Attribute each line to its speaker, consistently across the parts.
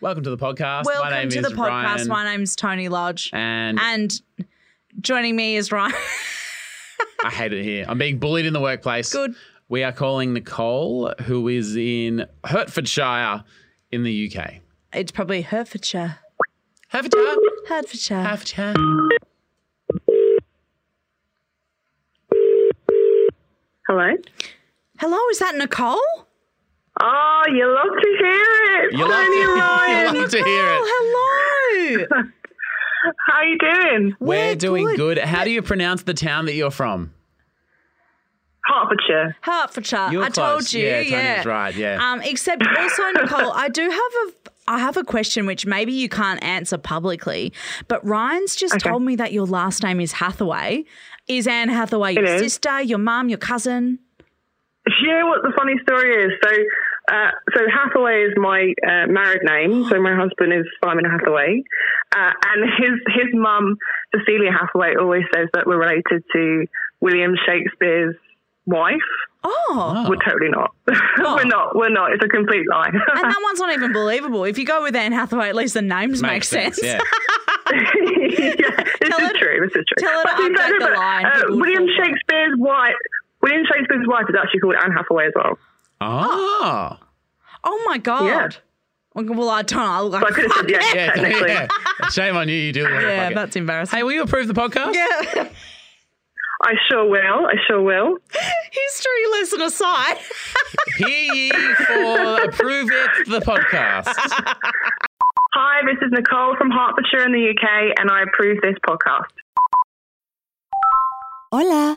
Speaker 1: Welcome to the podcast. My
Speaker 2: Welcome
Speaker 1: name
Speaker 2: to
Speaker 1: is
Speaker 2: the podcast.
Speaker 1: Ryan,
Speaker 2: My name's Tony Lodge.
Speaker 1: and
Speaker 2: And joining me is Ryan.
Speaker 1: I hate it here. I'm being bullied in the workplace.
Speaker 2: Good.
Speaker 1: We are calling Nicole, who is in Hertfordshire in the UK.
Speaker 2: It's probably Hertfordshire.
Speaker 1: Hertfordshire?
Speaker 2: Hertfordshire.
Speaker 1: Hertfordshire.
Speaker 3: Hello?
Speaker 2: Hello, is that Nicole?
Speaker 3: Oh, you love to hear it.
Speaker 1: You love
Speaker 3: Tony
Speaker 1: to- you
Speaker 3: Ryan.
Speaker 1: love to hear it.
Speaker 2: Oh, hello.
Speaker 3: How you doing?
Speaker 1: We're,
Speaker 2: We're
Speaker 1: doing
Speaker 2: good.
Speaker 1: good. How do you pronounce the town that you're from?
Speaker 3: Hertfordshire.
Speaker 2: Hertfordshire.
Speaker 1: You're
Speaker 2: I
Speaker 1: close.
Speaker 2: told you.
Speaker 1: Yeah,
Speaker 2: Yeah,
Speaker 1: Tony was right, yeah.
Speaker 2: Um, except also, Nicole, I do have a I have a question which maybe you can't answer publicly, but Ryan's just told me that your last name is Hathaway. Is Anne Hathaway your
Speaker 3: is.
Speaker 2: sister, your mum, your cousin?
Speaker 3: Do you know what the funny story is? So, uh, so Hathaway is my uh, married name. So my husband is Simon Hathaway, uh, and his his mum Cecilia Hathaway always says that we're related to William Shakespeare's wife.
Speaker 2: Oh.
Speaker 3: We're totally not. we're not. We're not. It's a complete lie.
Speaker 2: And that one's not even believable. If you go with Anne Hathaway, at least the names make sense.
Speaker 1: Yeah.
Speaker 3: yeah, this
Speaker 2: Tell
Speaker 3: is
Speaker 2: her-
Speaker 3: true. This is true.
Speaker 2: tell her
Speaker 3: But
Speaker 2: to
Speaker 3: in fact,
Speaker 2: update
Speaker 3: no,
Speaker 2: the
Speaker 3: but,
Speaker 2: line,
Speaker 3: uh,
Speaker 2: people would
Speaker 3: William
Speaker 2: fall for it.
Speaker 3: Shakespeare's wife. William Shakespeare's wife is actually called Anne Hathaway as well.
Speaker 1: Oh.
Speaker 2: Oh my god.
Speaker 3: Yeah.
Speaker 2: Well, I don't know. I look
Speaker 3: So I
Speaker 2: like
Speaker 3: could have said yes,
Speaker 1: Yeah,
Speaker 3: technically.
Speaker 1: yeah. Shame on you. You do. look
Speaker 2: yeah,
Speaker 1: like it.
Speaker 2: that's embarrassing.
Speaker 1: Hey, will you approve the podcast?
Speaker 2: yeah.
Speaker 3: I sure will. I sure will.
Speaker 2: History lesson aside.
Speaker 1: Hear ye for approve it the podcast.
Speaker 3: Hi, this is Nicole from Hertfordshire in the UK, and I approve this podcast.
Speaker 4: Hola.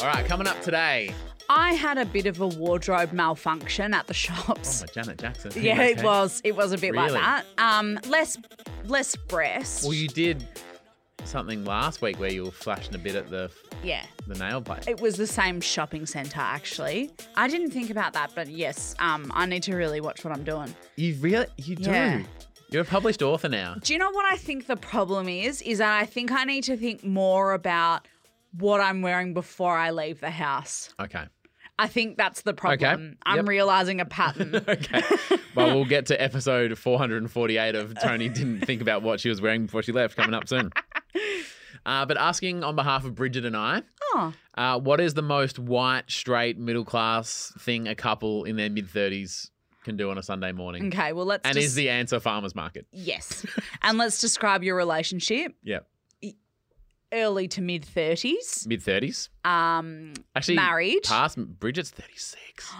Speaker 1: All right, coming up today.
Speaker 2: I had a bit of a wardrobe malfunction at the shops.
Speaker 1: Oh, Janet Jackson.
Speaker 2: yeah, it
Speaker 1: Okay.
Speaker 2: was. It was a bit
Speaker 1: Really?
Speaker 2: like that. Um, less, less breast.
Speaker 1: Well, you did something last week where you were flashing a bit at the
Speaker 2: yeah.
Speaker 1: the nail bite.
Speaker 2: It was the same shopping centre, actually. I didn't think about that, but yes, um, I need to really watch what I'm doing.
Speaker 1: You really, you do.
Speaker 2: Yeah.
Speaker 1: You're a published author now.
Speaker 2: Do you know what I think the problem is? Is that I think I need to think more about what I'm wearing before I leave the house.
Speaker 1: Okay.
Speaker 2: I think that's the problem. I'm
Speaker 1: Yep.
Speaker 2: realizing a pattern.
Speaker 1: Okay. well, we'll get to episode 448 of Tony didn't think about what she was wearing before she left coming up soon. Uh, but asking on behalf of Bridget and I,
Speaker 2: oh,
Speaker 1: uh, what is the most white, straight, middle class thing a couple in their mid 30s can do on a Sunday morning?
Speaker 2: okay. Well, let's
Speaker 1: And
Speaker 2: just,
Speaker 1: is the answer farmers market?
Speaker 2: yes, and let's describe your relationship.
Speaker 1: Yeah.
Speaker 2: Early to mid thirties.
Speaker 1: Mid 30s?
Speaker 2: Um,
Speaker 1: Actually,
Speaker 2: Married.
Speaker 1: Past Bridget's 36.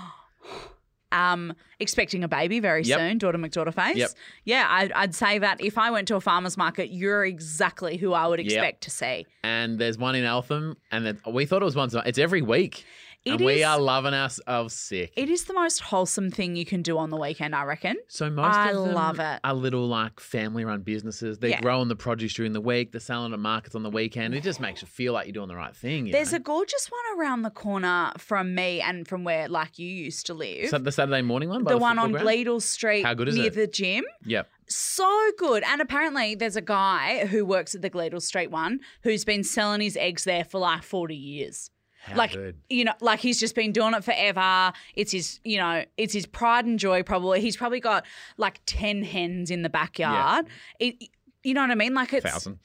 Speaker 2: um, expecting a baby very
Speaker 1: Yep.
Speaker 2: soon, daughter McDaughter face.
Speaker 1: Yep.
Speaker 2: Yeah, I, I'd say that if I went to a farmer's market, you're exactly who I would
Speaker 1: Yep.
Speaker 2: expect to see.
Speaker 1: and there's one in Eltham, and then we thought it was once. It's every week,
Speaker 2: It
Speaker 1: and we
Speaker 2: is-
Speaker 1: are loving ourselves sick.
Speaker 2: It is the most wholesome thing you can do on the weekend, I reckon.
Speaker 1: so most
Speaker 2: I
Speaker 1: of them
Speaker 2: love it.
Speaker 1: are little like family-run businesses. They're
Speaker 2: Yeah.
Speaker 1: growing the produce during the week. They're selling at markets on the weekend. It just makes you feel like you're doing the right thing. you
Speaker 2: There's
Speaker 1: know?
Speaker 2: a gorgeous one around the corner from me and from where like you used to live.
Speaker 1: So the Saturday morning one,
Speaker 2: the,
Speaker 1: by the,
Speaker 2: one
Speaker 1: football
Speaker 2: on
Speaker 1: ground?
Speaker 2: Bleedle Street
Speaker 1: How good is
Speaker 2: near
Speaker 1: it?
Speaker 2: the gym.
Speaker 1: Yep.
Speaker 2: So good. And apparently there's a guy who works at the Gleedle Street one who's been selling his eggs there for like 40 years.
Speaker 1: How
Speaker 2: like
Speaker 1: good.
Speaker 2: you know, like he's just been doing it forever. It's his, you know, it's his pride and joy. Probably he's probably got like ten hens in the backyard. It, you know what I mean? Like it's
Speaker 1: thousand.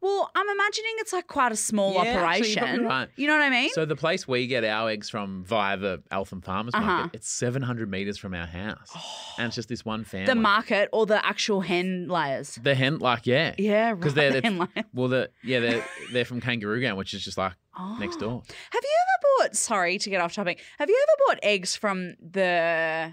Speaker 2: well, I'm imagining it's like quite a small
Speaker 1: Yeah, actually, you're
Speaker 2: operation.
Speaker 1: probably right.
Speaker 2: You know what I mean?
Speaker 1: So the place we get our eggs from via the Eltham Farmers
Speaker 2: Uh-huh. Oh.
Speaker 1: Market, it's 700 meters from our house, and it's just this one family.
Speaker 2: the market or the actual hen layers.
Speaker 1: The hen, like yeah,
Speaker 2: Yeah, right.
Speaker 1: because they're,
Speaker 2: the
Speaker 1: they're
Speaker 2: hen layers.
Speaker 1: well, the yeah, they're they're from Kangaroo Ground, which is just like next
Speaker 2: Oh.
Speaker 1: door.
Speaker 2: Have you ever bought? Sorry to get off topic. Have you ever bought eggs from the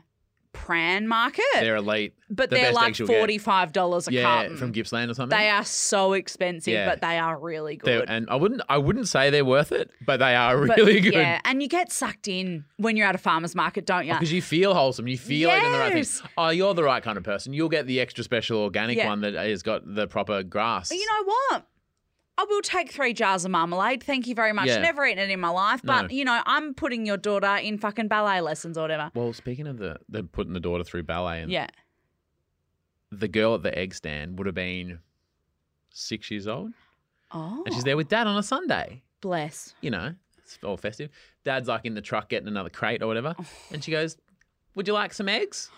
Speaker 2: Pran Market,
Speaker 1: They're elite.
Speaker 2: but
Speaker 1: the
Speaker 2: they're
Speaker 1: best
Speaker 2: like
Speaker 1: eggs you'll get.
Speaker 2: forty five dollars a
Speaker 1: Yeah,
Speaker 2: carton.
Speaker 1: from Gippsland or something.
Speaker 2: they are so expensive,
Speaker 1: Yeah.
Speaker 2: but they are really
Speaker 1: They're-
Speaker 2: good.
Speaker 1: and I wouldn't I wouldn't say they're worth it, but they are
Speaker 2: But,
Speaker 1: really good.
Speaker 2: Yeah, and you get sucked in when you're at a farmer's market, don't you?
Speaker 1: Because you feel wholesome, you feel like you're the right
Speaker 2: Yes.
Speaker 1: thing. Oh, you're the right kind of person. You'll get the extra special organic
Speaker 2: Yeah.
Speaker 1: one that has got the proper grass.
Speaker 2: But you know what? I will take three jars of marmalade. Thank you very much.
Speaker 1: Yeah.
Speaker 2: Never eaten it in my life, but
Speaker 1: No.
Speaker 2: you know, I'm putting your daughter in fucking ballet lessons or whatever.
Speaker 1: Well, speaking of the, the putting the daughter through ballet, and
Speaker 2: Yeah.
Speaker 1: the girl at the egg stand would have been six years old,
Speaker 2: Oh,
Speaker 1: and she's there with dad on a Sunday.
Speaker 2: bless.
Speaker 1: You know, it's all festive. Dad's like in the truck getting another crate or whatever, and she goes, "Would you like some eggs?"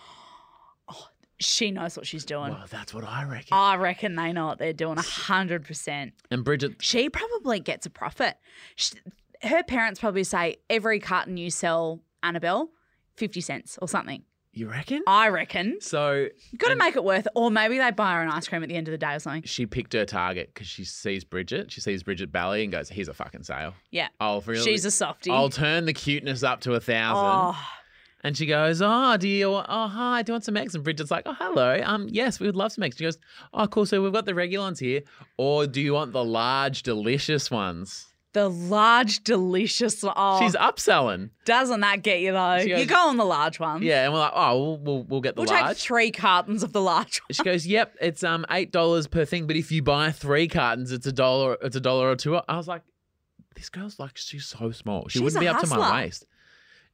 Speaker 2: She knows what she's doing.
Speaker 1: Well, that's what I reckon.
Speaker 2: I reckon they know what they're doing. hundred percent.
Speaker 1: and Bridget,
Speaker 2: She probably gets a profit. She, her parents probably say every carton you sell, Annabelle, fifty cents or something.
Speaker 1: you reckon?
Speaker 2: I reckon.
Speaker 1: so
Speaker 2: Got to
Speaker 1: and-
Speaker 2: make it worth. Or maybe they buy her an ice cream at the end of the day or something.
Speaker 1: she picked her target because she sees Bridget. She sees Bridget Bally and goes, "Here's a fucking sale.
Speaker 2: Yeah.
Speaker 1: I'll oh, really,
Speaker 2: She's a softie.
Speaker 1: I'll turn the cuteness up to a thousand.
Speaker 2: oh,
Speaker 1: And she goes, "Oh, do you? want- Oh, hi. Do you want some eggs?" And Bridget's like, "Oh, hello. Um, yes, we would love some eggs." She goes, "Oh, cool. So we've got the regular ones here, or do you want the large, delicious ones?"
Speaker 2: the large, delicious. Oh,
Speaker 1: She's upselling.
Speaker 2: Doesn't that get you though?
Speaker 1: She goes-
Speaker 2: you go on the large one.
Speaker 1: Yeah, and we're like, "Oh, we'll we'll, we'll get the
Speaker 2: We'll
Speaker 1: large."
Speaker 2: take three cartons of the large one.
Speaker 1: she goes, "Yep, it's um eight dollars per thing, but if you buy three cartons, it's a dollar. It's a dollar or two. I was like, "This girl's like she's so small. She
Speaker 2: She's
Speaker 1: wouldn't
Speaker 2: a
Speaker 1: be up to
Speaker 2: hustler.
Speaker 1: my waist."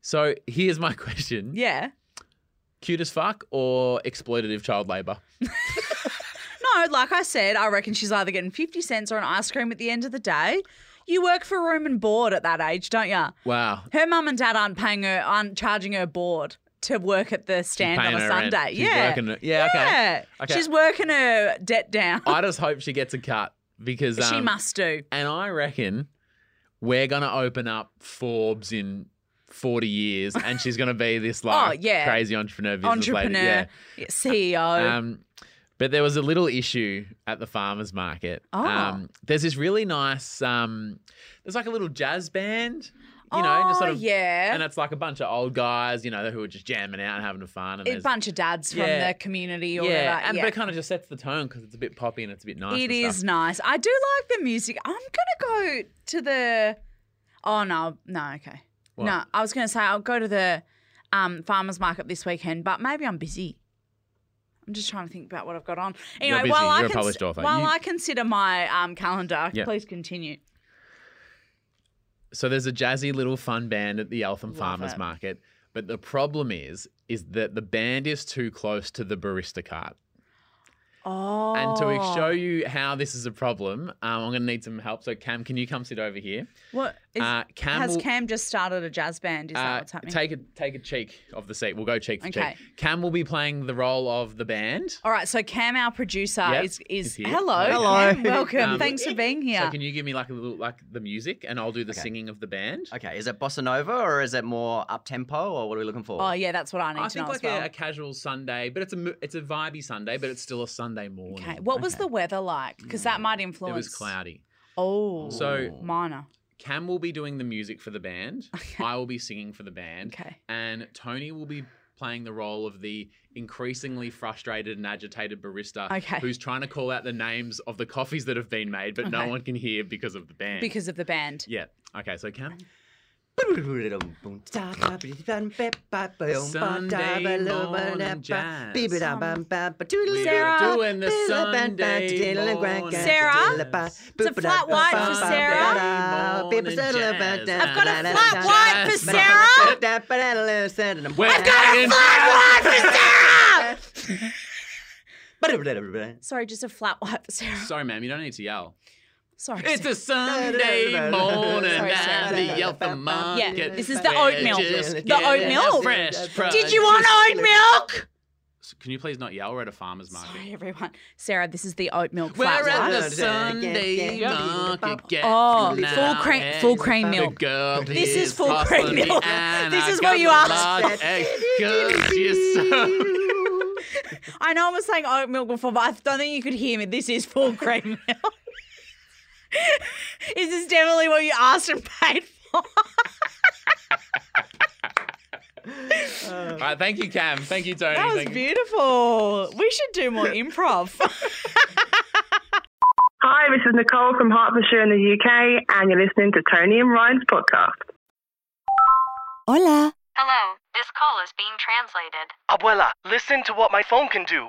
Speaker 1: So here's my question:
Speaker 2: Yeah.
Speaker 1: cute as fuck or exploitative child labor?
Speaker 2: No, like I said, I reckon she's either getting 50 cents or an ice cream at the end of the day. You work for room and board at that age, don't you?
Speaker 1: Wow,
Speaker 2: Her mum and dad aren't paying her, aren't charging her board to work at the
Speaker 1: She's
Speaker 2: stand on
Speaker 1: paying
Speaker 2: a
Speaker 1: her rent.
Speaker 2: Sunday.
Speaker 1: She's
Speaker 2: yeah.
Speaker 1: working it. yeah, okay.
Speaker 2: yeah.
Speaker 1: Okay.
Speaker 2: She's working her debt down.
Speaker 1: I just hope she gets a cut because um,
Speaker 2: she must do.
Speaker 1: And I reckon we're gonna open up Forbes in. 40 years and she's going to be this like
Speaker 2: Oh, yeah.
Speaker 1: crazy entrepreneur business
Speaker 2: Entrepreneur,
Speaker 1: lady. Yeah.
Speaker 2: yeah, E CEO.
Speaker 1: Um, but there was a little issue at the farmers market.
Speaker 2: Oh.
Speaker 1: Um, there's this really nice, um, there's like a little jazz band, you know,
Speaker 2: oh,
Speaker 1: just sort of,
Speaker 2: yeah.
Speaker 1: and it's like a bunch of old guys, you know, who are just jamming out and having fun. And
Speaker 2: a
Speaker 1: there's-
Speaker 2: bunch of dads from
Speaker 1: Yeah.
Speaker 2: the community or
Speaker 1: yeah,
Speaker 2: whatever.
Speaker 1: and
Speaker 2: yeah.
Speaker 1: but it kind of just sets the tone because it's a bit poppy and it's a bit nice.
Speaker 2: It
Speaker 1: and
Speaker 2: is
Speaker 1: stuff.
Speaker 2: nice. I do like the music. I'm gonna go to the. Oh no, no, okay,
Speaker 1: What?
Speaker 2: no. I was gonna say I'll go to the um, farmers market this weekend, but maybe I'm busy. I'm just trying to think about what I've got on.
Speaker 1: You're
Speaker 2: Anyway,
Speaker 1: busy.
Speaker 2: while I
Speaker 1: You're a
Speaker 2: cons-
Speaker 1: published author.
Speaker 2: while
Speaker 1: You-
Speaker 2: I consider my um, calendar,
Speaker 1: Yeah.
Speaker 2: please continue.
Speaker 1: So there's a jazzy little fun band at the Eltham
Speaker 2: Love
Speaker 1: Farmers
Speaker 2: it.
Speaker 1: Market, but the problem is, is that the band is too close to the barista cart.
Speaker 2: Oh,
Speaker 1: And to show you how this is a problem, um, I'm going to need some help. So, Cam, can you come sit over here?
Speaker 2: what is,
Speaker 1: uh, Cam
Speaker 2: has
Speaker 1: will-
Speaker 2: Cam just started a jazz band? Is that
Speaker 1: Uh,
Speaker 2: what's happening?
Speaker 1: take a take a cheek of the seat. We'll go cheek for
Speaker 2: Okay.
Speaker 1: cheek. Cam will be playing the role of the band.
Speaker 2: All right, so Cam, our producer,
Speaker 1: Yep,
Speaker 2: is
Speaker 1: he's
Speaker 2: is
Speaker 1: here.
Speaker 2: hello,
Speaker 1: Hello.
Speaker 2: Cam, welcome.
Speaker 1: Um,
Speaker 2: Thanks for being here.
Speaker 1: So, can you give me like a little like the music, and I'll do the singing of the band.
Speaker 5: Okay, is it bossa nova or is it more up tempo or what are we looking for?
Speaker 2: Oh yeah, that's what I need
Speaker 1: I
Speaker 2: to know
Speaker 1: think
Speaker 2: as
Speaker 1: like
Speaker 2: well.
Speaker 1: a, a casual Sunday, but it's a mo- it's a vibey Sunday, but it's still a Sunday morning. Mm.
Speaker 2: Okay. What was the weather like? Because that might influence.
Speaker 1: It was cloudy.
Speaker 2: Oh.
Speaker 1: So-
Speaker 2: minor.
Speaker 1: Cam will be doing the music for the band. I will be singing for the band.
Speaker 2: Okay.
Speaker 1: And Tony will be playing the role of the increasingly frustrated and agitated barista
Speaker 2: Okay.
Speaker 1: who's trying to call out the names of the coffees that have been made, but no
Speaker 2: Okay.
Speaker 1: one can hear because of the band.
Speaker 2: Because of the band.
Speaker 1: yeah. Okay. So Cam.
Speaker 2: Sarah,
Speaker 1: We're doing the Sunday morning.
Speaker 2: Sarah, it's a flat white for Sarah. I've got a flat white
Speaker 1: I've
Speaker 2: for Sarah. got a flat white for Sarah.
Speaker 5: Sarah.
Speaker 2: Sorry, just a flat white for Sarah.
Speaker 1: Sorry, ma'am. You don't need to yell.
Speaker 2: Sorry.
Speaker 1: It's
Speaker 2: Sarah.
Speaker 1: a Sunday morning
Speaker 2: Sorry,
Speaker 1: at
Speaker 2: Sarah.
Speaker 1: the Alpha Market.
Speaker 2: Yeah, this is the oatmeal.
Speaker 1: Just
Speaker 2: The
Speaker 1: getting
Speaker 2: oatmeal?
Speaker 1: Fresh
Speaker 2: Did you want oat milk?
Speaker 1: Can you please not yell? We're at a farmer's market.
Speaker 2: Sorry, everyone. Sarah, this is the oat milk
Speaker 1: We're
Speaker 2: flat
Speaker 1: at
Speaker 2: white.
Speaker 1: the Sunday market. Get
Speaker 2: Oh,
Speaker 1: now
Speaker 2: full cream-
Speaker 1: eggs.
Speaker 2: full cream milk.
Speaker 1: The girl
Speaker 2: This is
Speaker 1: is
Speaker 2: full cream
Speaker 1: hustling me
Speaker 2: milk.
Speaker 1: and
Speaker 2: This
Speaker 1: I
Speaker 2: is what
Speaker 1: got
Speaker 2: you
Speaker 1: the
Speaker 2: asked.
Speaker 1: large egg 'cause you're so-
Speaker 2: I know I was saying oat milk before, but I don't think you could hear me. This is full cream milk. is this definitely what you asked and paid for?
Speaker 1: All right, thank you, Cam. Thank you, Tony.
Speaker 2: That was
Speaker 1: Thank you.
Speaker 2: beautiful. We should do more improv.
Speaker 3: Hi, this is Nicole from Hertfordshire in the UK, and you're listening to Tony and Ryan's podcast.
Speaker 6: Hola,
Speaker 7: Hello, this call is being translated.
Speaker 8: Abuela, listen to what my phone can do.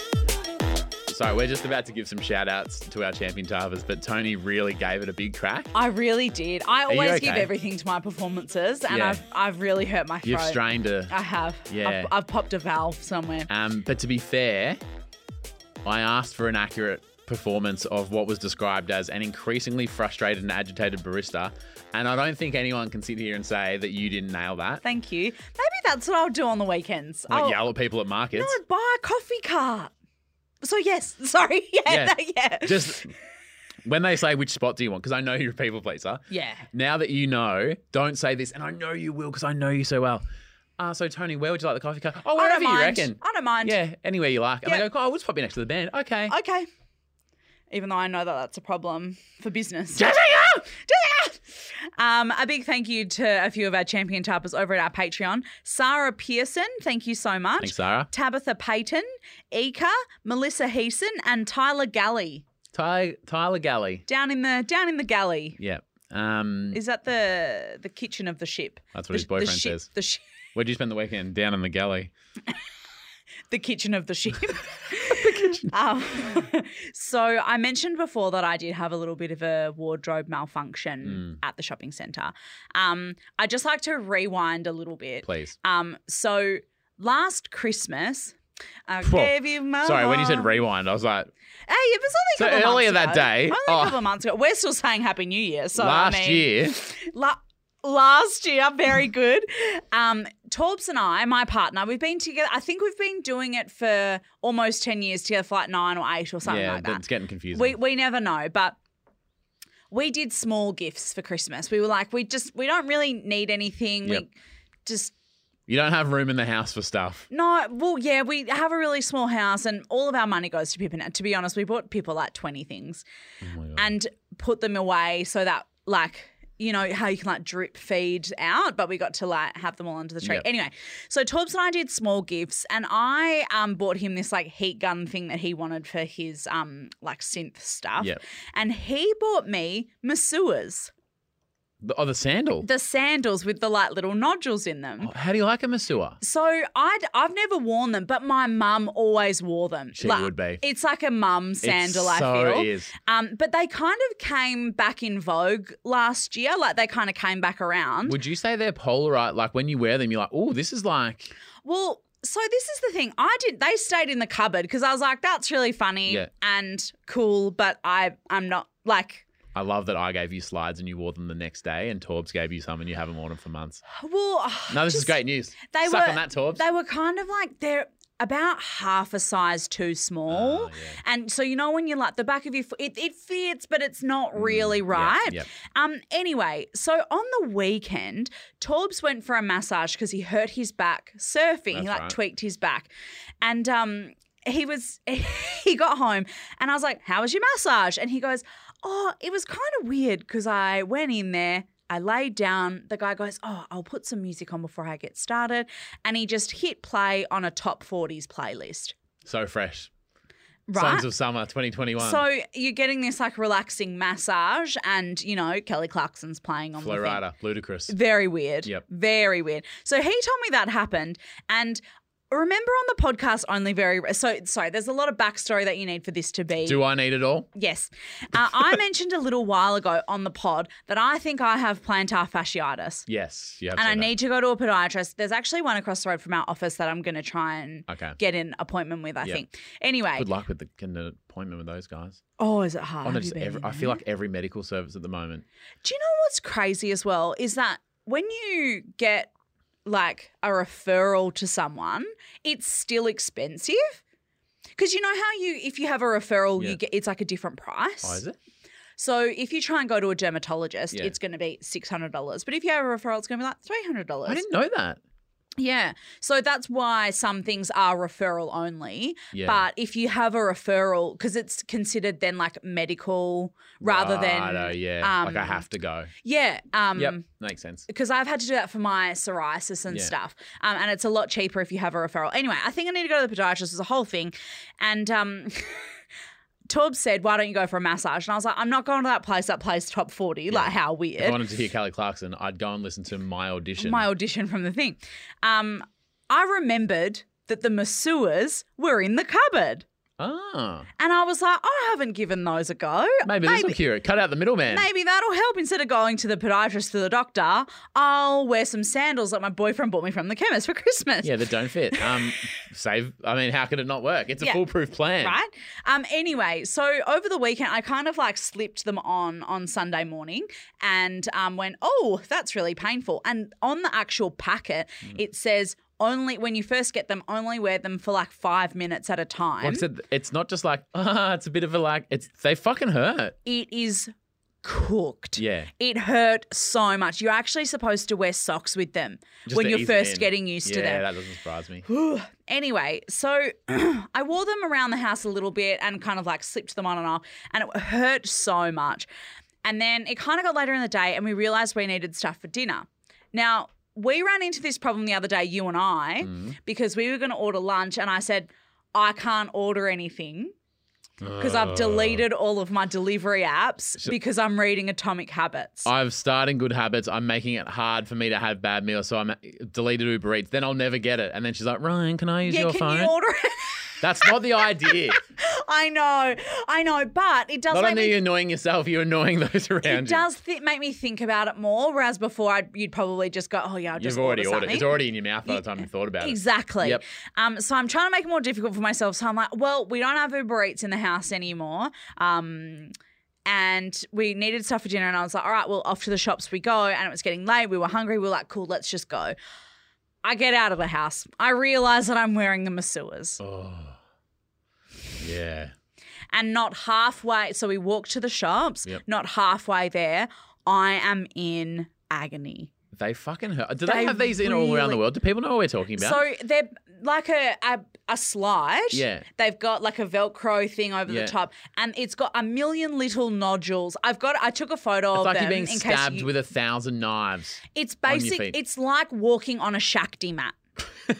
Speaker 1: Sorry, we're just about to give some shout outs to our champion divers, but Tony really gave it a big crack.
Speaker 2: I really did. I
Speaker 1: you
Speaker 2: always give
Speaker 1: okay?
Speaker 2: everything to my performances, and
Speaker 1: Yeah.
Speaker 2: I've I've really hurt my throat.
Speaker 1: You've strained her.
Speaker 2: I have.
Speaker 1: Yeah.
Speaker 2: I've, I've popped a valve somewhere.
Speaker 1: Um, but to be fair, I asked for an accurate performance of what was described as an increasingly frustrated and agitated barista, and I don't think anyone can sit here and say that you didn't nail that.
Speaker 2: Thank you. Maybe that's what I'll do on the weekends.
Speaker 1: Like
Speaker 2: I'll
Speaker 1: yell at people at markets.
Speaker 2: I'll buy a coffee cart. So yes, sorry. Yeah,
Speaker 1: Yeah.
Speaker 2: that- yeah.
Speaker 1: Just when they say which spot do you want, because I know you're a people pleaser.
Speaker 2: yeah.
Speaker 1: Now that you know, don't say this, and I know you will because I know you so well. Uh, so Tony, where would you like the coffee cup? Oh,
Speaker 2: I
Speaker 1: wherever
Speaker 2: don't
Speaker 1: you
Speaker 2: mind.
Speaker 1: reckon.
Speaker 2: I don't mind.
Speaker 1: Yeah, anywhere you like. And
Speaker 2: Yeah.
Speaker 1: they go, oh, we'll just pop you next to the band. Okay.
Speaker 2: Okay. Even though I know that that's a problem for business.
Speaker 1: Jessica!
Speaker 2: Um, a big thank you to a few of our champion typers over at our Patreon. Sarah Pearson, thank you so much.
Speaker 1: Thanks, Sarah.
Speaker 2: Tabitha Payton, Eka, Melissa Heason, and Tyler Galley.
Speaker 1: Ty- Tyler Galley.
Speaker 2: Down in the down in the galley.
Speaker 1: Yeah. Um,
Speaker 2: Is that the the kitchen of the ship?
Speaker 1: That's
Speaker 2: the,
Speaker 1: what his boyfriend
Speaker 2: the ship,
Speaker 1: says.
Speaker 2: The, shi
Speaker 1: Where'd you spend the weekend? Down in the galley.
Speaker 2: the kitchen of the ship. Um, so I mentioned before that I did have a little bit of a wardrobe malfunction
Speaker 1: Mm.
Speaker 2: at the shopping centre. Um, I just like to rewind a little bit.
Speaker 1: Please.
Speaker 2: Um, so last Christmas, I
Speaker 1: Phew.
Speaker 2: gave you my.
Speaker 1: Sorry, when you said
Speaker 2: heart.
Speaker 1: rewind, I was like,
Speaker 2: hey, it was
Speaker 1: So
Speaker 2: only a couple of
Speaker 1: earlier
Speaker 2: months
Speaker 1: that
Speaker 2: ago.
Speaker 1: day-
Speaker 2: only
Speaker 1: Oh.
Speaker 2: a couple of months ago. We're still saying Happy New Year. So I
Speaker 1: last
Speaker 2: mean-
Speaker 1: year.
Speaker 2: La- last year. Very good. Um, Torbs and I, my partner, we've been together. I think we've been doing it for almost ten years together, for like nine or eight or something
Speaker 1: yeah,
Speaker 2: like
Speaker 1: but
Speaker 2: that.
Speaker 1: it's getting confusing.
Speaker 2: We we never know, but we did small gifts for Christmas. We were like, we just we don't really need anything.
Speaker 1: Yep.
Speaker 2: We just
Speaker 1: you don't have room in the house for stuff.
Speaker 2: no, well, yeah, we have a really small house, and all of our money goes to Pippa. Now, to be honest, we bought Pippa like twenty things, and put them away so that like you know how you can like drip feed out, but we got to like have them all under the tree.
Speaker 1: Yep.
Speaker 2: Anyway, so Torbs and I did small gifts, and I um bought him this like heat gun thing that he wanted for his um like synth stuff,
Speaker 1: Yep.
Speaker 2: and he bought me masseurs,
Speaker 1: The, oh, the sandal.
Speaker 2: the sandals with the like little nodules in them.
Speaker 1: Oh, How do you like a masseur?
Speaker 2: So I'd I've never worn them, but my mum always wore them.
Speaker 1: She would be.
Speaker 2: It's like a mum sandal.
Speaker 1: it so
Speaker 2: I feel.
Speaker 1: is.
Speaker 2: Um, but they kind of came back in vogue last year. Like they kind of came back around.
Speaker 1: Would you say they're polarized? Like when you wear them, you're like, oh, this is like.
Speaker 2: well, so this is the thing. I did. They stayed in the cupboard because I was like, that's really funny
Speaker 1: Yeah.
Speaker 2: and cool, but I I'm not like.
Speaker 1: I love that I gave you slides and you wore them the next day, and Torbs gave you some and you haven't worn them for months.
Speaker 2: Well,
Speaker 1: No, this is
Speaker 2: just-
Speaker 1: great news.
Speaker 2: They
Speaker 1: Suck
Speaker 2: were
Speaker 1: on that, Torbs.
Speaker 2: They were kind of like they're about half a size too
Speaker 1: Oh,
Speaker 2: small. And so you know when you like the back of your foot it, it fits but it's not
Speaker 1: Mm,
Speaker 2: really right.
Speaker 1: yep.
Speaker 2: Um anyway, so on the weekend, Torbs went for a massage because he hurt his back surfing.
Speaker 1: That's
Speaker 2: he like
Speaker 1: right.
Speaker 2: tweaked his back. And um he was he got home and I was like, "How was your massage?" And he goes, "Oh, it was kind of weird because I went in there, I laid down. The guy goes, "Oh, I'll put some music on before I get started," and he just hit play on a top forties playlist.
Speaker 1: So fresh.
Speaker 5: Right.
Speaker 1: Songs of Summer 2021.
Speaker 2: So you're getting this like relaxing massage, and you know Kelly Clarkson's playing on
Speaker 1: Flow
Speaker 2: the thing.
Speaker 1: Rider, ludicrous.
Speaker 2: Very weird.
Speaker 1: Yep.
Speaker 2: Very weird. So he told me that happened, and remember on the podcast only very so sorry. There's a lot of backstory that you need for this to be.
Speaker 1: Do I need it all?
Speaker 2: Yes. Uh, I mentioned a little while ago on the pod that I think I have plantar fasciitis.
Speaker 1: Yes. You have
Speaker 2: And I
Speaker 1: said that.
Speaker 2: need to go to a podiatrist. There's actually one across the road from our office that I'm going to try and
Speaker 1: Okay.
Speaker 2: get an appointment with, I
Speaker 1: Yeah.
Speaker 2: think. Anyway.
Speaker 1: Good luck with the, getting an appointment with those guys.
Speaker 2: Oh, is it hard? Have you
Speaker 1: Honestly,
Speaker 2: been
Speaker 1: every,
Speaker 2: in
Speaker 1: I feel
Speaker 2: there?
Speaker 1: like every medical service at the moment.
Speaker 2: Do you know what's crazy as well is that when you get like a referral to someone, it's still expensive. Because you know how you, if you have a referral,
Speaker 1: Yeah.
Speaker 2: you get it's like a different price.
Speaker 1: Oh, is it?
Speaker 2: So if you try and go to a dermatologist,
Speaker 1: Yeah.
Speaker 2: it's going to be six hundred dollars. But if you have a referral, it's going to be like three hundred
Speaker 1: I
Speaker 2: dollars.
Speaker 1: didn't know that.
Speaker 2: Yeah. So that's why some things are referral only.
Speaker 1: Yeah.
Speaker 2: But if you have a referral, because it's considered then like medical rather than
Speaker 1: Righto, yeah. like I
Speaker 2: um,
Speaker 1: have to go.
Speaker 2: yeah. Um,
Speaker 1: yep. Makes sense.
Speaker 2: because I've had to do that for my psoriasis and
Speaker 1: Yeah.
Speaker 2: stuff. Um, and it's a lot cheaper if you have a referral. Anyway, I think I need to go to the podiatrist. It's a whole thing. And um, Torb said, Why don't you go for a massage? And I was like, I'm not going to that place. That plays top 40. Like, how
Speaker 1: If I
Speaker 2: weird.
Speaker 1: wanted to hear Kelly Clarkson, I'd go and listen to my audition.
Speaker 2: My audition from the thing. Um, I remembered that the masseurs were in the cupboard.
Speaker 1: ah,
Speaker 2: And I was like, I haven't given those a go.
Speaker 1: maybe, this will cure it. Cut out the middleman.
Speaker 2: Maybe that'll help. Instead of going to the podiatrist for the doctor, I'll wear some sandals that my boyfriend bought me from the chemist for Christmas.
Speaker 1: Yeah, that don't fit. Um, save. I mean, how could it not work? It's a
Speaker 2: Yeah.
Speaker 1: foolproof plan,
Speaker 2: Right. Um. Anyway, so over the weekend, I kind of like slipped them on on Sunday morning, and um, went, oh, that's really painful. And on the actual packet,
Speaker 1: Hmm.
Speaker 2: it says only when you first get them, only wear them for like five minutes at a time.
Speaker 1: Like I said, it's not just like ah, it's a bit of a like. It's they fucking hurt.
Speaker 2: It is cooked.
Speaker 1: Yeah.
Speaker 2: It hurt so much. You're actually supposed to wear socks with them
Speaker 1: Just
Speaker 2: when
Speaker 1: to
Speaker 2: you're
Speaker 1: ease it
Speaker 2: first
Speaker 1: in.
Speaker 2: getting used to
Speaker 1: Yeah,
Speaker 2: them.
Speaker 1: that doesn't surprise me.
Speaker 2: Anyway, so I wore them around the house a little bit and kind of like slipped them on and off, and it hurt so much. And then it kind of got later in the day, and we realized we needed stuff for dinner. Now, we ran into this problem the other day, you and I,
Speaker 1: Mm.
Speaker 2: because we were going to order lunch, and I said, I can't order anything because
Speaker 1: Uh.
Speaker 2: I've deleted all of my delivery apps because I'm reading Atomic Habits.
Speaker 1: I'm starting good habits. I'm making it hard for me to have bad meals, so I'm deleted Uber Eats. Then I'll never get it. And then she's like, Ryan, can I use
Speaker 2: yeah,
Speaker 1: your
Speaker 2: can
Speaker 1: phone?
Speaker 2: you order it?
Speaker 1: That's not the idea.
Speaker 2: I know, I know, but it does
Speaker 1: not
Speaker 2: make
Speaker 1: only
Speaker 2: me
Speaker 1: are you annoying yourself, you're annoying those around you.
Speaker 2: It does th- make me think about it more, whereas before I'd, you'd probably just go, oh, yeah, I'll just
Speaker 1: You've already
Speaker 2: order
Speaker 1: ordered.
Speaker 2: something.
Speaker 1: It's already in your mouth by the time you thought about it.
Speaker 2: Exactly.
Speaker 1: Yep.
Speaker 2: Um, so I'm trying to make it more difficult for myself. So I'm like, well, we don't have Uber Eats in the house anymore. Um, and we needed stuff for dinner. And I was like, all right, well, off to the shops we go. And it was getting late. We were hungry. We were like, cool, let's just go. I get out of the house. I realize that I'm wearing the masseurs
Speaker 1: Oh. Yeah.
Speaker 2: and not halfway. So we walk to the shops,
Speaker 1: Yep.
Speaker 2: not halfway there. I am in agony.
Speaker 1: They fucking hurt. Do they,
Speaker 2: They
Speaker 1: have these in all around the
Speaker 2: really-
Speaker 1: world? Do people know what we're talking about?
Speaker 2: So they're like a, a a slide.
Speaker 1: Yeah.
Speaker 2: They've got like a Velcro thing over
Speaker 1: Yeah.
Speaker 2: the top, and it's got a million little nodules. I've got. I took a photo
Speaker 1: it's
Speaker 2: of
Speaker 1: like
Speaker 2: them
Speaker 1: you're being
Speaker 2: in
Speaker 1: stabbed
Speaker 2: case you,
Speaker 1: with a thousand knives.
Speaker 2: It's
Speaker 1: on your
Speaker 2: basic.
Speaker 1: feet.
Speaker 2: It's like walking on a Shakti mat.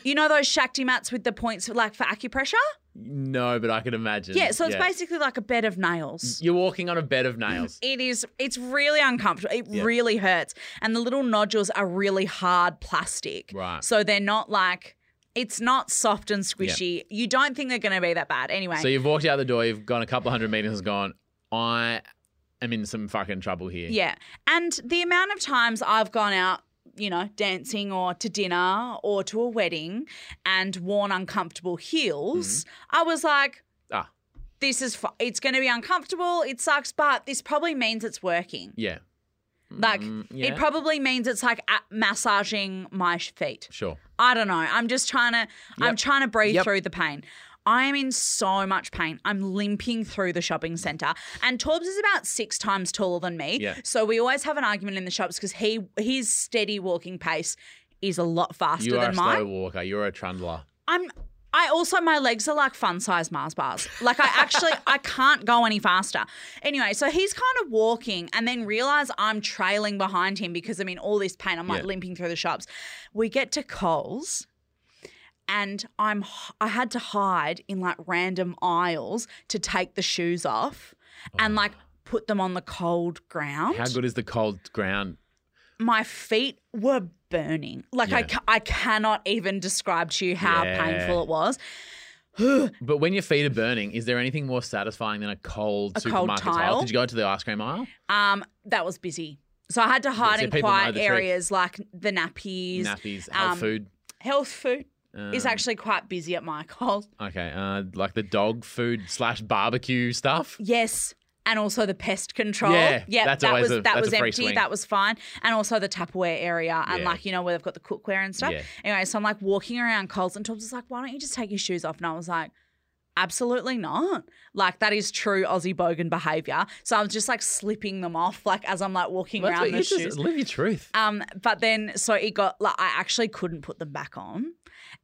Speaker 2: you know those Shakti mats with the points, like for acupressure.
Speaker 1: No, but I can imagine.
Speaker 2: Yeah. So it's basically like a bed of nails.
Speaker 1: You're walking on a bed of nails.
Speaker 2: It is. It's really uncomfortable. It
Speaker 1: Yeah.
Speaker 2: really hurts, and the little nodules are really hard plastic.
Speaker 1: Right.
Speaker 2: So they're not like. It's not soft and squishy. You don't think they're going to be that bad anyway.
Speaker 1: So you've walked out the door, you've gone a couple hundred meters and gone, I am in some fucking trouble here.
Speaker 2: yeah, and the amount of times I've gone out. You know, dancing or to dinner or to a wedding and worn uncomfortable heels,
Speaker 1: Mm-hmm.
Speaker 2: I was like,
Speaker 1: Ah,
Speaker 2: this is, fu- it's going to be uncomfortable. It sucks, but this probably means it's working.
Speaker 1: yeah,
Speaker 2: Like,
Speaker 1: Mm, yeah.
Speaker 2: it probably means it's like a- massaging my sh- feet.
Speaker 1: sure.
Speaker 2: I don't know. I'm just trying to I'm
Speaker 1: Yep.
Speaker 2: trying to breathe
Speaker 1: Yep.
Speaker 2: through the pain. I am in so much pain. I'm limping through the shopping center. And Torbs is about six times taller than me.
Speaker 1: Yeah.
Speaker 2: So we always have an argument in the shops because he his steady walking pace is a lot faster
Speaker 1: You are
Speaker 2: than
Speaker 1: a
Speaker 2: mine.
Speaker 1: slow walker. You're a trundler.
Speaker 2: I'm I also my legs are like fun size Mars bars. Like I actually I can't go any faster. Anyway, so he's kind of walking and then realize I'm trailing behind him because I'm in all this pain. I'm like
Speaker 1: Yeah.
Speaker 2: limping through the shops. We get to Coles and I'm I had to hide in like random aisles to take the shoes off and like put them on the cold ground.
Speaker 1: Oh. How good is the cold ground?
Speaker 2: My feet were burning. Like I,
Speaker 1: Yeah.
Speaker 2: ca- I cannot even describe to you how
Speaker 1: Yeah.
Speaker 2: painful it was.
Speaker 1: But when your feet are burning, is there anything more satisfying than a cold
Speaker 2: A cold
Speaker 1: supermarket aisle?
Speaker 2: tile?
Speaker 1: Did you go into the ice cream aisle?
Speaker 2: Um, that was busy. So I had to hide
Speaker 1: See,
Speaker 2: in
Speaker 1: people know
Speaker 2: quiet
Speaker 1: the trick.
Speaker 2: areas like the nappies.
Speaker 1: Nappies, health
Speaker 2: um,
Speaker 1: food.
Speaker 2: Health food is
Speaker 1: um,
Speaker 2: actually quite busy at my cold.
Speaker 1: okay. Uh, like the dog food slash barbecue stuff.
Speaker 2: Yes. And also the pest control.
Speaker 1: Yeah,
Speaker 2: Yep,
Speaker 1: that's
Speaker 2: that
Speaker 1: always
Speaker 2: was
Speaker 1: a-
Speaker 2: that
Speaker 1: that's
Speaker 2: was
Speaker 1: a free
Speaker 2: empty.
Speaker 1: swing.
Speaker 2: That was fine. And also the Tupperware area and
Speaker 1: Yeah.
Speaker 2: like, you know, where they've got the cookware and stuff.
Speaker 1: Yeah.
Speaker 2: Anyway, so I'm like walking around Coles and Tom's just like, why don't you just take your shoes off? And I was like, Absolutely not. Like that is true Aussie bogan behaviour. So I'm just like slipping them off, like as I'm like walking
Speaker 1: That's what
Speaker 2: around
Speaker 1: you
Speaker 2: the
Speaker 1: just-
Speaker 2: shoes.
Speaker 1: live your truth.
Speaker 2: Um, but then so it got like I actually couldn't put them back on,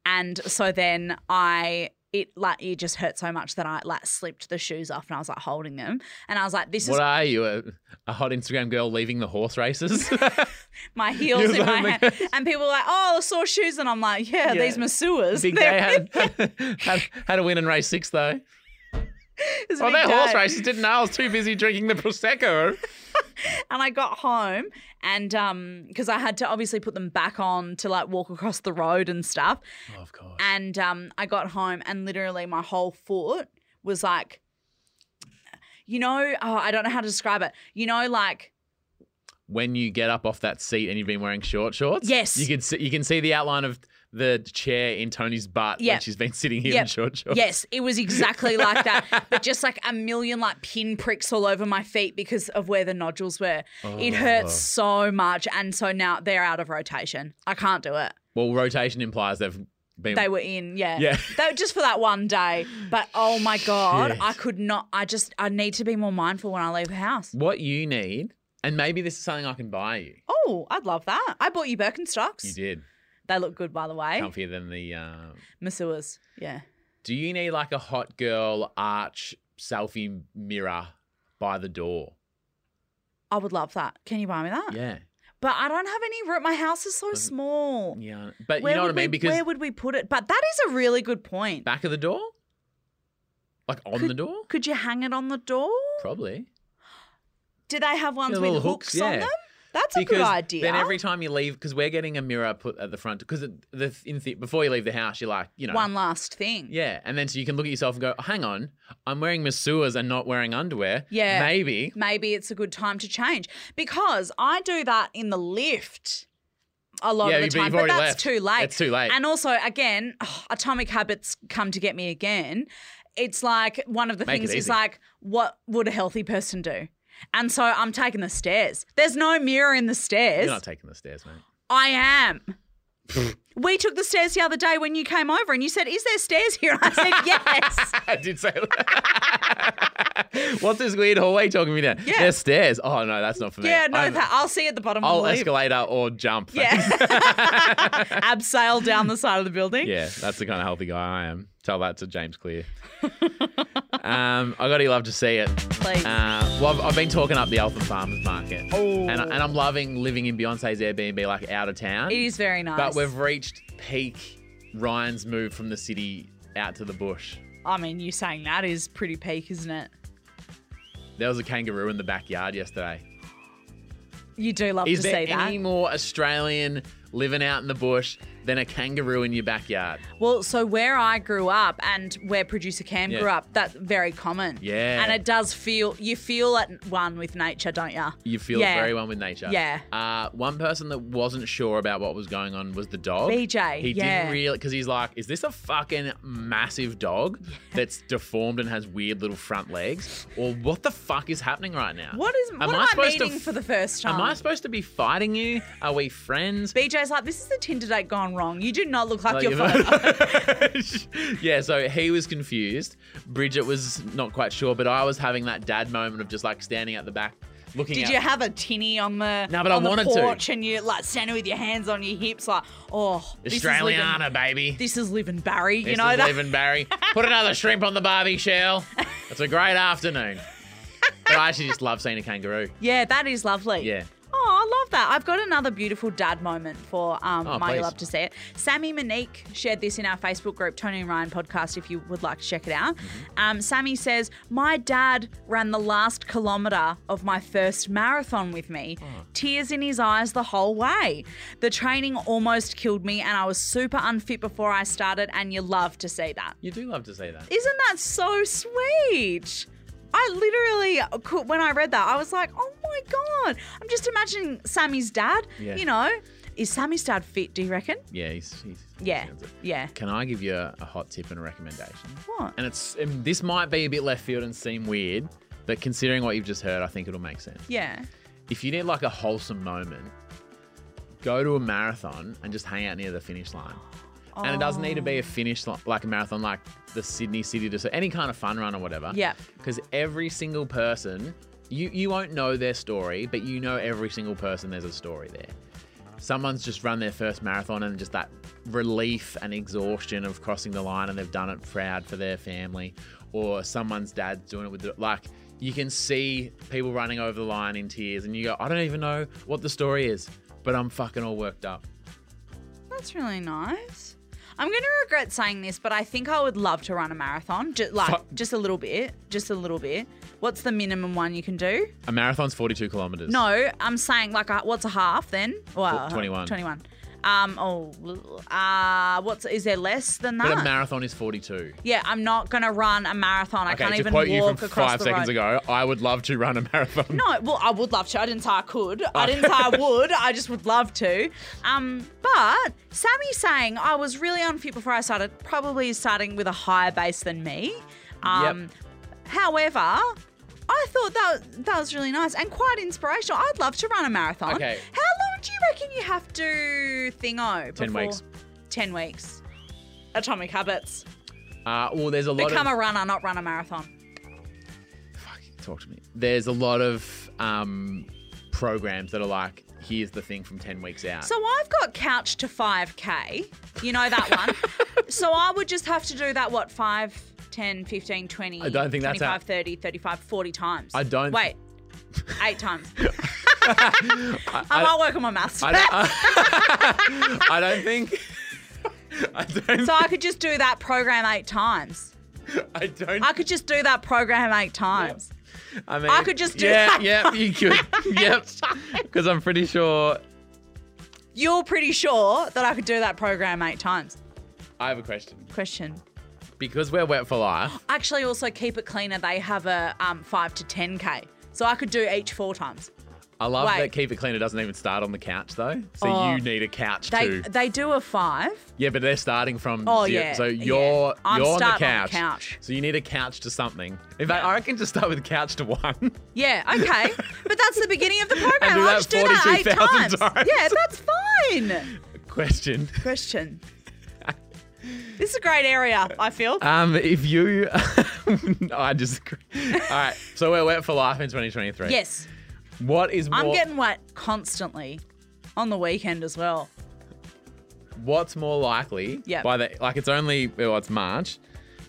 Speaker 2: and so then I it like it just hurt so much that I like slipped the shoes off and I was like holding them and I was like this is
Speaker 1: What are you, a, a hot Instagram girl leaving the horse races?
Speaker 2: my heels
Speaker 1: You're
Speaker 2: in my
Speaker 1: like-
Speaker 2: hand and people were like oh I saw shoes and I'm like yeah,
Speaker 1: Yeah.
Speaker 2: these masseurs
Speaker 1: Big day had, had, had a win in race six though.
Speaker 2: It's a
Speaker 1: Oh,
Speaker 2: big
Speaker 1: they're horse
Speaker 2: day.
Speaker 1: races. Didn't know I was too busy drinking the prosecco.
Speaker 2: and I got home and um because I had to obviously put them back on to like walk across the road and stuff
Speaker 1: Oh, of course.
Speaker 2: and um, I got home and literally my whole foot was like, you know, oh, I don't know how to describe it. You know, like
Speaker 1: When you get up off that seat and you've been wearing short shorts,
Speaker 2: Yes.
Speaker 1: you can see, you can see the outline of the chair in Tony's butt when
Speaker 2: Yep.
Speaker 1: she's been sitting here in
Speaker 2: Yep.
Speaker 1: short shorts.
Speaker 2: yes, it was exactly like that, but just like a million like pinpricks all over my feet because of where the nodules were. It hurts so much, and so now they're out of rotation. I can't do it.
Speaker 1: Well, rotation implies they've been.
Speaker 2: They were in, yeah.
Speaker 1: Yeah.
Speaker 2: They were just for that one day. But oh my God,
Speaker 1: Shit.
Speaker 2: I could not. I just, I need to be more mindful when I leave the house.
Speaker 1: What you need, and maybe this is something I can buy you.
Speaker 2: Oh, I'd love that. I bought you Birkenstocks.
Speaker 1: You did
Speaker 2: They look good, by the way.
Speaker 1: comfier than the. Uh,
Speaker 2: Masseurs. Yeah.
Speaker 1: do you need like a hot girl arch selfie mirror by the door?
Speaker 2: I would love that. Can you buy me that?
Speaker 1: Yeah,
Speaker 2: But I don't have any room. My house is so small.
Speaker 1: yeah. But
Speaker 2: Where
Speaker 1: you know what I
Speaker 2: would
Speaker 1: mean
Speaker 2: we-
Speaker 1: because
Speaker 2: where would we put it? But that is a really good point.
Speaker 1: back of the door, like on
Speaker 2: Could-
Speaker 1: the door,
Speaker 2: Could you hang it on the door?
Speaker 1: probably.
Speaker 2: Do they have ones
Speaker 1: Yeah,
Speaker 2: with
Speaker 1: little
Speaker 2: hooks,
Speaker 1: hooks,
Speaker 2: on
Speaker 1: yeah.
Speaker 2: them? That's a
Speaker 1: because
Speaker 2: good idea.
Speaker 1: Then every time you leave, because we're getting a mirror put at the front, because the in the, before you leave the house, you're like, you know,
Speaker 2: one last thing.
Speaker 1: Yeah, and then so you can look at yourself and go, "Oh, hang on, I'm wearing masseurs and not wearing underwear.
Speaker 2: Yeah.
Speaker 1: Maybe.
Speaker 2: Maybe it's a good time to change because I do that in the lift a lot
Speaker 1: Yeah,
Speaker 2: of the
Speaker 1: but
Speaker 2: time,
Speaker 1: you've
Speaker 2: but
Speaker 1: already
Speaker 2: that's
Speaker 1: left.
Speaker 2: too late.
Speaker 1: It's too late.
Speaker 2: And also, again, ugh, atomic habits come to get me again. It's like one of the
Speaker 1: Make it
Speaker 2: things is
Speaker 1: easy.
Speaker 2: like, what would a healthy person do? And so I'm taking the stairs. There's no mirror in the stairs.
Speaker 1: You're not taking the stairs, mate.
Speaker 2: I am. we took the stairs the other day when you came over and you said, Is there stairs here? And I said, Yes.
Speaker 1: I did say that. What's this weird hallway talking me down?
Speaker 2: Yeah.
Speaker 1: There's stairs. Oh, no, that's not for me.
Speaker 2: yeah, no,
Speaker 1: I'm-
Speaker 2: tha- I'll see you at the bottom
Speaker 1: I'll
Speaker 2: of the lift.
Speaker 1: escalator or jump.
Speaker 2: Yeah. Abseil down the side of the building.
Speaker 1: Yeah, that's the kind of healthy guy I am. Tell that to James Clear. um, I got to love to see it.
Speaker 2: Please. Oh.
Speaker 1: Uh, well, I've, I've been talking up the Alpha Farmers Market, and, I- and I'm loving living in Beyonce's Airbnb, like out of town.
Speaker 2: It is very nice.
Speaker 1: But we've reached peak Ryan's move from the city out to the bush.
Speaker 2: I mean, you saying that is pretty peak, isn't it?
Speaker 1: There was a kangaroo in the backyard yesterday.
Speaker 2: You do love
Speaker 1: Is
Speaker 2: to
Speaker 1: there
Speaker 2: see that.
Speaker 1: any more Australian living out in the bush than a kangaroo in your backyard?
Speaker 2: Well, so where I grew up and where producer Cam
Speaker 1: Yeah.
Speaker 2: grew up, that's very common.
Speaker 1: Yeah.
Speaker 2: And it does feel you feel at one with nature, don't you?
Speaker 1: You feel
Speaker 2: Yeah.
Speaker 1: very one with nature.
Speaker 2: Yeah.
Speaker 1: Uh, one person that wasn't sure about what was going on was the dog.
Speaker 2: BJ,
Speaker 1: He
Speaker 2: yeah.
Speaker 1: didn't really because he's like, is this a fucking massive dog that's deformed and has weird little front legs, or what the fuck is happening right now?
Speaker 2: What is what am I,
Speaker 1: supposed to
Speaker 2: meeting
Speaker 1: f-
Speaker 2: for the first time?
Speaker 1: Am I supposed to be fighting you? Are we friends?
Speaker 2: BJ's like, this is a Tinder date gone wrong. You do not look like,
Speaker 1: Like,
Speaker 2: your
Speaker 1: if
Speaker 2: photo.
Speaker 1: I- yeah, so he was confused. Bridget was not quite sure, but I was having that dad moment of just like standing at the back, looking.
Speaker 2: Did
Speaker 1: out.
Speaker 2: you have a tinny on the
Speaker 1: No, but I
Speaker 2: on the
Speaker 1: wanted to.
Speaker 2: porch and you like standing with your hands on your hips, like, oh, this is living-
Speaker 1: Australiana, baby?
Speaker 2: This is living Barry, you
Speaker 1: This
Speaker 2: know
Speaker 1: is
Speaker 2: that.
Speaker 1: Leaven Barry. Put another shrimp on the barbie shell. It's a great afternoon. But I actually just love seeing a kangaroo.
Speaker 2: Yeah, that is lovely.
Speaker 1: Yeah.
Speaker 2: Oh, I love that. I've got another beautiful dad moment for um,
Speaker 1: Oh,
Speaker 2: Maya.
Speaker 1: please.
Speaker 2: Love to see it. Sammy Monique shared this in our Facebook group, Tony and Ryan podcast, if you would like to check it out.
Speaker 1: Mm-hmm.
Speaker 2: Um, Sammy says, My dad ran the last kilometre of my first marathon with me,
Speaker 1: Oh.
Speaker 2: tears in his eyes the whole way. The training almost killed me, and I was super unfit before I started, and you love to see that.
Speaker 1: You do love to see that.
Speaker 2: Isn't that so sweet? I literally, could, when I read that, I was like, oh my God. I'm just imagining Sammy's dad.
Speaker 1: Yeah.
Speaker 2: You know, is Sammy's dad fit, do you reckon?
Speaker 1: Yeah, he's, he's
Speaker 2: Yeah.
Speaker 1: he sounds it.
Speaker 2: Yeah.
Speaker 1: Can I give you a, a hot tip and a recommendation?
Speaker 2: What?
Speaker 1: And it's and this might be a bit left field and seem weird, but considering what you've just heard, I think it'll make sense.
Speaker 2: Yeah.
Speaker 1: If you need like a wholesome moment, go to a marathon and just hang out near the finish line. And it doesn't need to be a finish li- like a marathon, like the Sydney City, to any kind of fun run or whatever.
Speaker 2: Yeah.
Speaker 1: Because every single person, you you won't know their story, but you know every single person. There's a story there. Someone's just run their first marathon and just that relief and exhaustion of crossing the line, and they've done it proud for their family, or someone's dad's doing it with the, like. You can see people running over the line in tears, and you go, I don't even know what the story is, but I'm fucking all worked up.
Speaker 2: That's really nice. I'm going to regret saying this, but I think I would love to run a marathon. Just, like,
Speaker 1: Fuck.
Speaker 2: just a little bit. Just a little bit. What's the minimum one you can do?
Speaker 1: A marathon's 42 kilometers.
Speaker 2: No, I'm saying, like, a, what's a half then? Well,
Speaker 1: 21.
Speaker 2: 21. Um, oh, uh, what's, is there less than that?
Speaker 1: But a marathon is 42.
Speaker 2: Yeah, I'm not gonna run a marathon. I can't
Speaker 1: okay, to
Speaker 2: even
Speaker 1: quote
Speaker 2: walk
Speaker 1: you from
Speaker 2: across
Speaker 1: five
Speaker 2: the
Speaker 1: seconds
Speaker 2: road.
Speaker 1: ago, I would love to run a marathon.
Speaker 2: No, well, I would love to. I didn't say I could. I didn't say I would. I just would love to. Um, but Sammy saying I was really unfit before I started, probably is starting with a higher base than me. Um,
Speaker 1: Yep.
Speaker 2: However, I thought that that was really nice and quite inspirational. I'd love to run a marathon.
Speaker 1: Okay.
Speaker 2: How long do you reckon you have to thingo?
Speaker 1: Ten
Speaker 2: before-
Speaker 1: weeks.
Speaker 2: Ten weeks. Atomic habits.
Speaker 1: Uh, well, there's a lot
Speaker 2: Become
Speaker 1: of.
Speaker 2: a runner, not run a marathon.
Speaker 1: Fuck, talk to me. There's a lot of um, programs that are like, here's the thing from 10 weeks out.
Speaker 2: So I've got couch to 5K. You know that one. so I would just have to do that, what, 5, 10, 15, 20,
Speaker 1: I don't think that's
Speaker 2: 25,
Speaker 1: how-
Speaker 2: 30, 35, 40 times.
Speaker 1: I don't-
Speaker 2: Wait, eight times.
Speaker 1: I,
Speaker 2: I
Speaker 1: I-
Speaker 2: might work on my maths.
Speaker 1: I don't, I don't think. I don't,
Speaker 2: so I could just do that program eight times.
Speaker 1: I don't.
Speaker 2: I could just do that program eight times.
Speaker 1: I mean,
Speaker 2: I could just do
Speaker 1: yeah,
Speaker 2: that.
Speaker 1: Yeah, you could. yep. Because I'm pretty sure.
Speaker 2: You're pretty sure that I could do that program eight times.
Speaker 1: I have a question.
Speaker 2: Question.
Speaker 1: Because we're wet for life,
Speaker 2: Actually, also keep it cleaner. They have a um, 5 to 10K. So I could do each four times.
Speaker 1: I love
Speaker 2: Wait.
Speaker 1: that Keep It Cleaner doesn't even start on the couch though. So
Speaker 2: Oh.
Speaker 1: you need a couch
Speaker 2: They
Speaker 1: too.
Speaker 2: they do a five.
Speaker 1: Yeah, but they're starting from
Speaker 2: Oh,
Speaker 1: zero.
Speaker 2: yeah,
Speaker 1: So
Speaker 2: yeah.
Speaker 1: you're
Speaker 2: I'm
Speaker 1: you're on the,
Speaker 2: starting on the
Speaker 1: couch,
Speaker 2: couch.
Speaker 1: So you need a couch to something. In fact, I reckon just start with couch to one.
Speaker 2: Yeah, okay. but that's the beginning of the program.
Speaker 1: And do
Speaker 2: I'll
Speaker 1: that
Speaker 2: just do that eight
Speaker 1: 42,000
Speaker 2: times.
Speaker 1: times.
Speaker 2: Yeah, that's fine.
Speaker 1: Question.
Speaker 2: Question. this is a great area, I feel.
Speaker 1: Um, if you No, I just All right. So we're wet for life in 2023.
Speaker 2: yes.
Speaker 1: What is more
Speaker 2: I'm getting wet constantly. On the weekend as well.
Speaker 1: what's more likely
Speaker 2: Yep.
Speaker 1: by the like it's only well, it's March.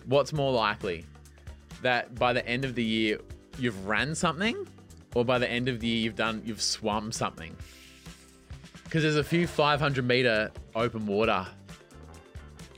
Speaker 1: What's more likely that by the end of the year you've ran something or by the end of the year you've done you've swum something? Cuz there's a few 500 meter open water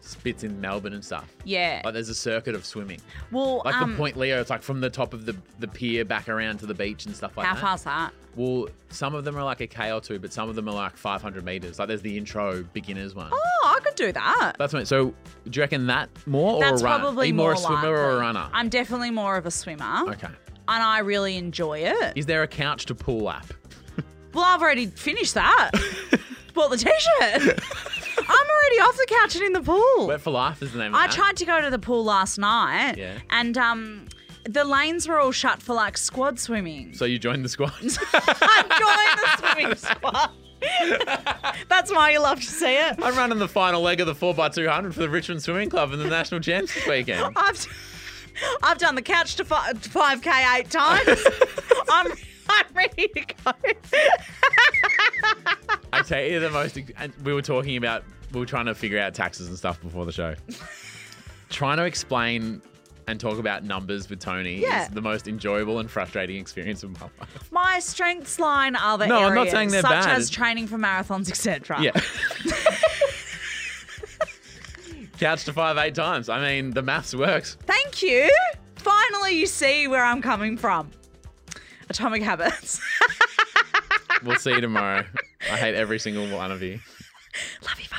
Speaker 1: spits in Melbourne and stuff.
Speaker 2: Yeah.
Speaker 1: Like there's a circuit of swimming.
Speaker 2: Well,
Speaker 1: Like
Speaker 2: um,
Speaker 1: the Point Leo, it's like from the top of the, the pier back around to the beach and stuff like
Speaker 2: how
Speaker 1: that.
Speaker 2: far's that?
Speaker 1: Well, some of them are like a K or two, but some of them are like 500 meters. Like there's the intro beginners one.
Speaker 2: Oh, I could do that.
Speaker 1: That's right. So, do you reckon that more or
Speaker 2: That's
Speaker 1: a runner? Are
Speaker 2: probably
Speaker 1: you more, a swimmer or a
Speaker 2: likely.
Speaker 1: runner?
Speaker 2: I'm definitely more of a swimmer.
Speaker 1: okay.
Speaker 2: And I really enjoy it.
Speaker 1: Is there a couch to pull up?
Speaker 2: Well, I've already finished that. Bought the t-shirt. I'm already off the couch and in the pool.
Speaker 1: Wet for life is the name. Of
Speaker 2: I
Speaker 1: that.
Speaker 2: tried to go to the pool last night.
Speaker 1: Yeah.
Speaker 2: And um, the lanes were all shut for like squad swimming.
Speaker 1: So you joined the squad.
Speaker 2: I joined the swimming squad. That's why you love to see it.
Speaker 1: I'm running the final leg of the 4x200 for the Richmond Swimming Club in the national champs this weekend.
Speaker 2: I've, I've done the couch to fi- to 5K eight times. I'm, I'm ready to go.
Speaker 1: I tell you, the most. And we were talking about we were trying to figure out taxes and stuff before the show. trying to explain and talk about numbers with Tony
Speaker 2: Yeah.
Speaker 1: is the most enjoyable and frustrating experience of my life.
Speaker 2: My strengths lie in other
Speaker 1: No,
Speaker 2: areas,
Speaker 1: I'm not saying they're
Speaker 2: such
Speaker 1: bad.
Speaker 2: as training for marathons, etc.
Speaker 1: Yeah. Couch to five eight times. I mean, the maths works.
Speaker 2: Thank you. Finally, you see where I'm coming from. Atomic Habits.
Speaker 1: We'll see you tomorrow. I hate every single one of you.
Speaker 2: Love you,